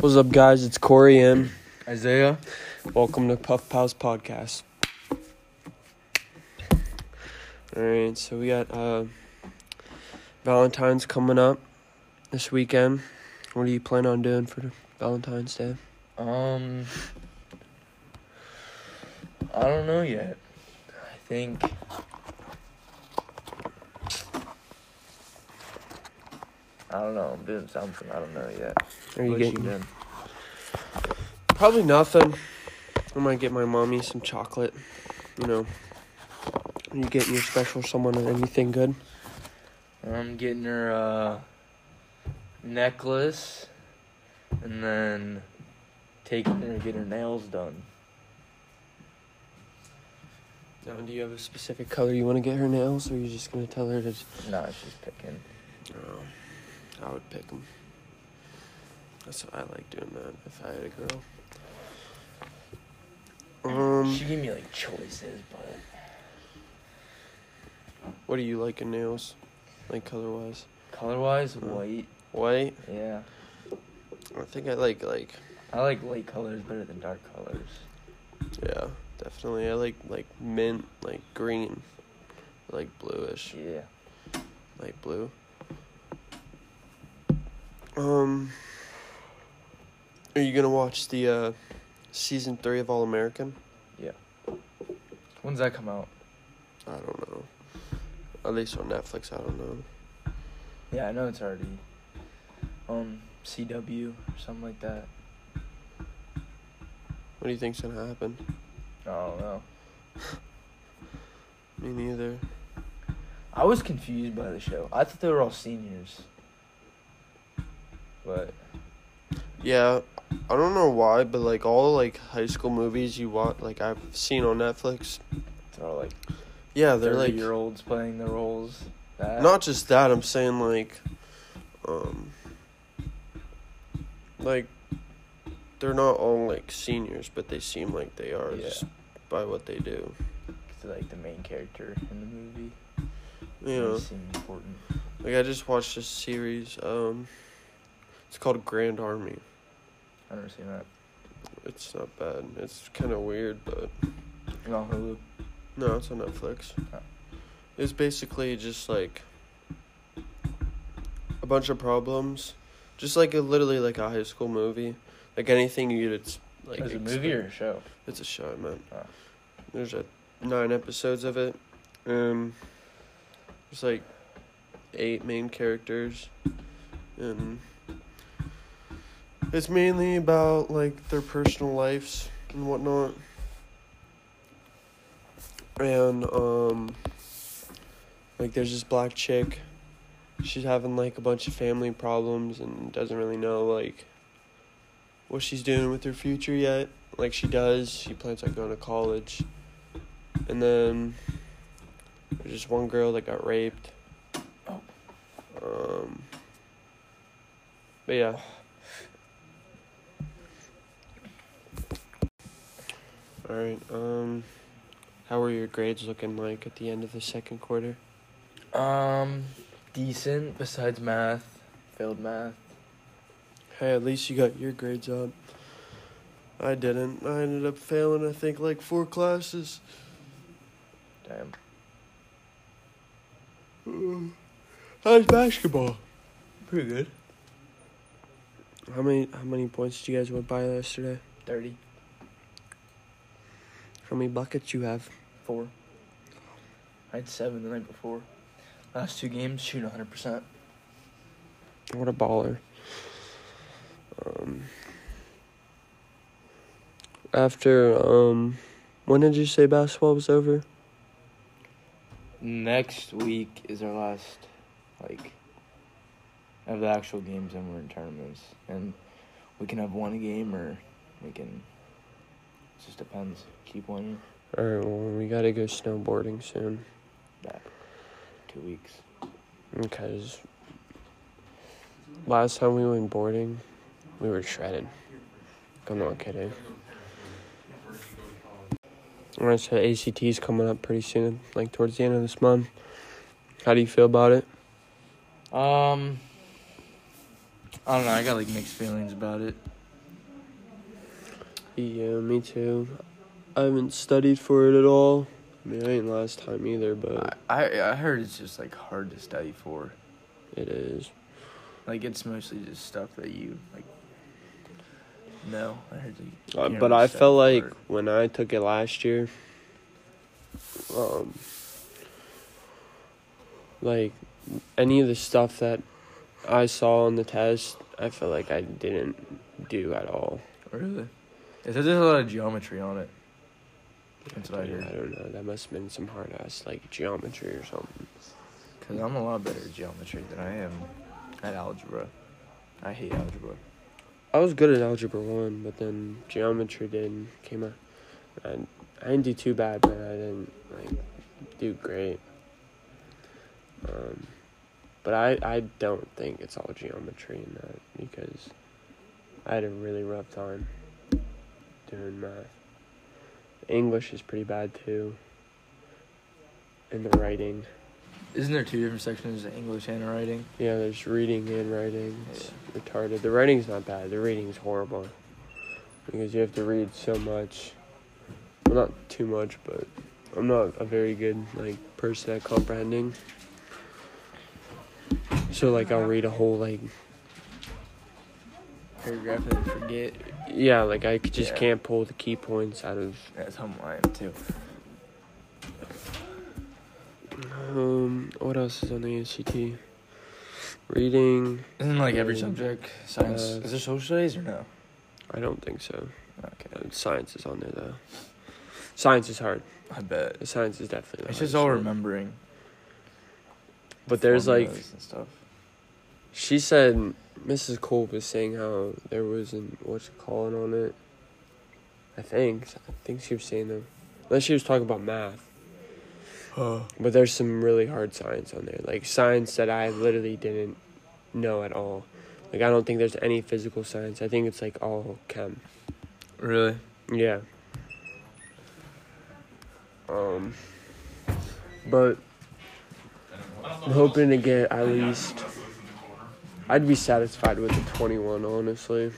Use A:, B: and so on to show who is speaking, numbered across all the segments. A: What's up, guys? It's Corey M.
B: Isaiah.
A: Welcome to Puff Pals Podcast. All right, so we got uh, Valentine's coming up this weekend. What do you plan on doing for Valentine's Day?
B: Um, I don't know yet. I think. I don't know. I'm doing something. I don't know yet.
A: Are you
B: What
A: getting
B: doing?
A: probably nothing? I might get my mommy some chocolate. You know, are you getting your special someone anything good?
B: I'm getting her uh, necklace, and then taking her to get her nails done.
A: Now, do you have a specific color you want to get her nails, or are you just gonna tell her to?
B: No, she's picking.
A: Oh, I would pick them. That's what I like doing that if I had a girl. Um,
B: she gave me like choices, but
A: what do you like in nails, like color wise?
B: color wise,
A: Mm.
B: white.
A: White.
B: Yeah,
A: I think I like like
B: I like light colors better than dark colors.
A: yeah, definitely. I like like mint, like green, like bluish,
B: Yeah.
A: like blue. Um, are you gonna watch the uh, season three of All American?
B: When's that come out?
A: I don't know. At least on Netflix, I don't know.
B: Yeah, I know it's already um CW or something like that.
A: What do you think's gonna happen?
B: I don't know.
A: Me neither.
B: I was confused by the show. I thought they were all seniors. But
A: Yeah, I don't know why, but like all like high school movies you watch, like I've seen on Netflix.
B: they're all like
A: Yeah, they're
B: thirty
A: like
B: year olds playing the roles. That
A: not just that. I'm saying like, um, like they're not all like seniors, but they seem like they are
B: Yeah.
A: just by what they do.
B: it's like the main character in the movie.
A: You
B: They
A: know,
B: seem important.
A: like I just watched this series. Um, it's called Grand Army.
B: I never seen that.
A: It's not bad. It's kind of weird, but
B: And on Hulu.
A: no, it's on Netflix.
B: Oh.
A: It's basically just like a bunch of problems, just like a literally like a high school movie, like anything you would It's like
B: Is it a
A: expect-
B: movie or a show?
A: It's a show, man.
B: Oh.
A: There's a nine episodes of it. Um, there's like eight main characters, and it's mainly about like their personal lives and whatnot. And um, like there's this black chick. She's having like a bunch of family problems and doesn't really know like what she's doing with her future yet like she does. She plans on going to college. And then there's just one girl that got raped.
B: Oh.
A: Um. But yeah. All right. Um. How were your grades looking like at the end of the second quarter?
B: Um decent besides math. Failed math.
A: Hey, at least you got your grades up. I didn't. I ended up failing. I think like four classes.
B: Damn.
A: How's basketball?
B: Pretty good.
A: How many how many points did you guys win by yesterday?
B: Thirty.
A: How many buckets you have?
B: Four. I had seven the night before. Last two games, shoot 100%.
A: What a baller. Um, after um, when did you say basketball was over?
B: Next week is our last, like, of the actual games, and we're in tournaments. And we can have one game, or we can. It just depends. Keep winning.
A: Alright, well we gotta go snowboarding soon
B: Two weeks.
A: because last time we went boarding, we were shredded. I'm not kidding. Alright, so ACT's coming up pretty soon, like towards the end of this month. How do you feel about it?
B: Um. I don't know. I got, like, mixed feelings about it.
A: Yeah, me too. I haven't studied for it at all. I mean, I ain't last time either,
B: I,
A: but
B: I I heard it's just like hard to study for.
A: it is.
B: Like it's mostly just stuff that you like. No, I heard. Like, you
A: Uh,
B: can't
A: but
B: really
A: I
B: study
A: felt
B: for
A: like
B: it.
A: when I took it last year, um, like any of the stuff that I saw on the test, I felt like I didn't do at all.
B: Really? It says there's a lot of geometry on it. That's what I
A: don't- I
B: heard.
A: don't know. That must have been some hard ass like geometry or something.
B: Cause I'm a lot better at geometry than I am at algebra. I hate algebra.
A: I was good at algebra one, but then geometry did came out. I I didn't do too bad, but I didn't like do great. Um, but I I don't think it's all geometry in that because I had a really rough time doing math. English is pretty bad too. And the writing,
B: Isn't there two different sections of English handwriting?
A: yeah, there's reading and writing. It's retarded. The writing's not bad. The reading's horrible because you have to read so much. Well, not too much, but I'm not a very good like person at comprehending. So like I'll read a whole like
B: Paragraph and then forget.
A: yeah like I c- just
B: Yeah.
A: can't pull the key points out of
B: That's how I am too.
A: um what else is on the ACT reading
B: Isn't like every
A: Mm.
B: subject science?
A: Uh,
B: is there social studies or no?
A: I don't think so
B: Okay,
A: Uh, science is on there though science is hard
B: I bet.
A: The science is definitely the
B: It's
A: hardest
B: just all
A: one.
B: remembering.
A: But there's like
B: formulas and stuff.
A: she said, Mrs. Cole was saying how there wasn't what's it calling on it. I think I think she was saying them, unless she was talking about math. But there's some really hard science on there, like science that I literally didn't know at all. Like I don't think there's any physical science. I think it's like all chem.
B: Really?
A: Yeah. Um. But I'm hoping to get at least. I'd be satisfied with the 21, honestly.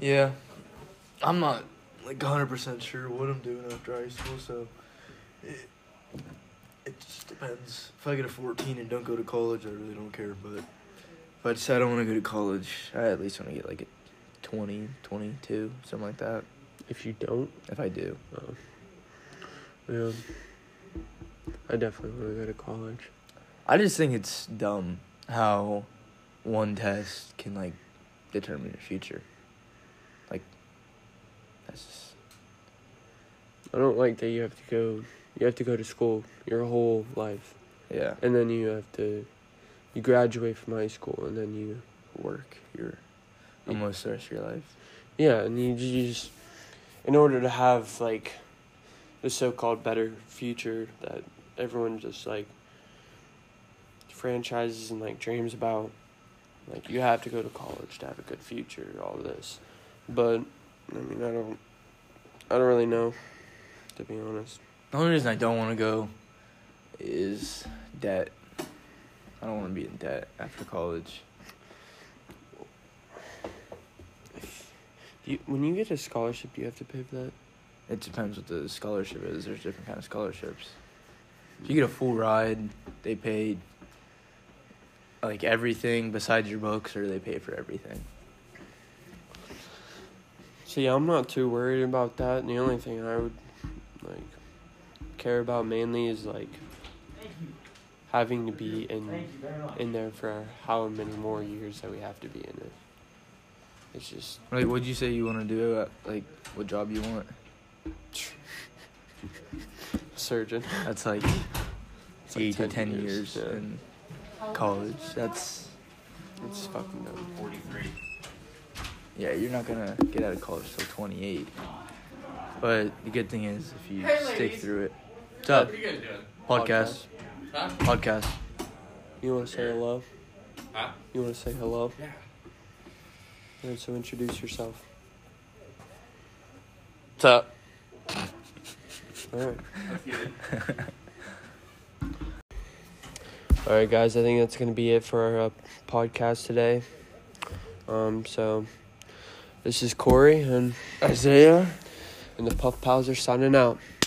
B: Yeah. I'm not like 100% sure what I'm doing after high school, so it, it just depends. If I get a 14 and don't go to college, I really don't care, but if I decide I don't want to go to college, I at least want to get like a 20, 22, something like that.
A: If you don't,
B: If I do.
A: um, yeah. I definitely want to go to college.
B: I just think it's dumb how one test can like determine your future. Like that's just
A: I don't like that you have to go. You have to go to school your whole life,
B: yeah.
A: and then you have to. You graduate from high school, and then you.
B: Work your almost the rest of your life.
A: Yeah, and you, you just, in order to have like, the so-called better future that everyone just like franchises and like dreams about, like you have to go to college to have a good future. All this, but I mean, I don't, I don't really know, to be honest.
B: The only reason I don't want to go is debt. I don't want to be in debt after college.
A: Do you, when you get a scholarship, do you have to pay for that?
B: It depends what the scholarship is. There's different kind of scholarships. If you get a full ride, they pay like everything besides your books, or they pay for everything.
A: So yeah, I'm not too worried about that. And the only thing I would like care about mainly is like having to be in in there for how many more years that we have to be in it. It's just
B: Like, what'd you say you want to do? uh, Like, what job you want?
A: surgeon.
B: That's like
A: It's like
B: eight to ten years,
A: yeah.
B: in college. That's
A: It's fucking dumb.
B: yeah. You're not gonna get out of college till 28. But the good thing is, if you stick through it. What's up?
C: What are you guys doing?
B: Podcast.
C: Huh?
B: Podcast.
A: You want to say hello?
C: Huh?
A: You want to say hello?
C: Yeah.
A: And so introduce yourself.
B: What's up?
A: All right.
C: That's good.
A: All right, guys. I think that's gonna be it for our uh, podcast today. Um, so This is Corey and
B: Isaiah.
A: and the Puff Pals are signing out.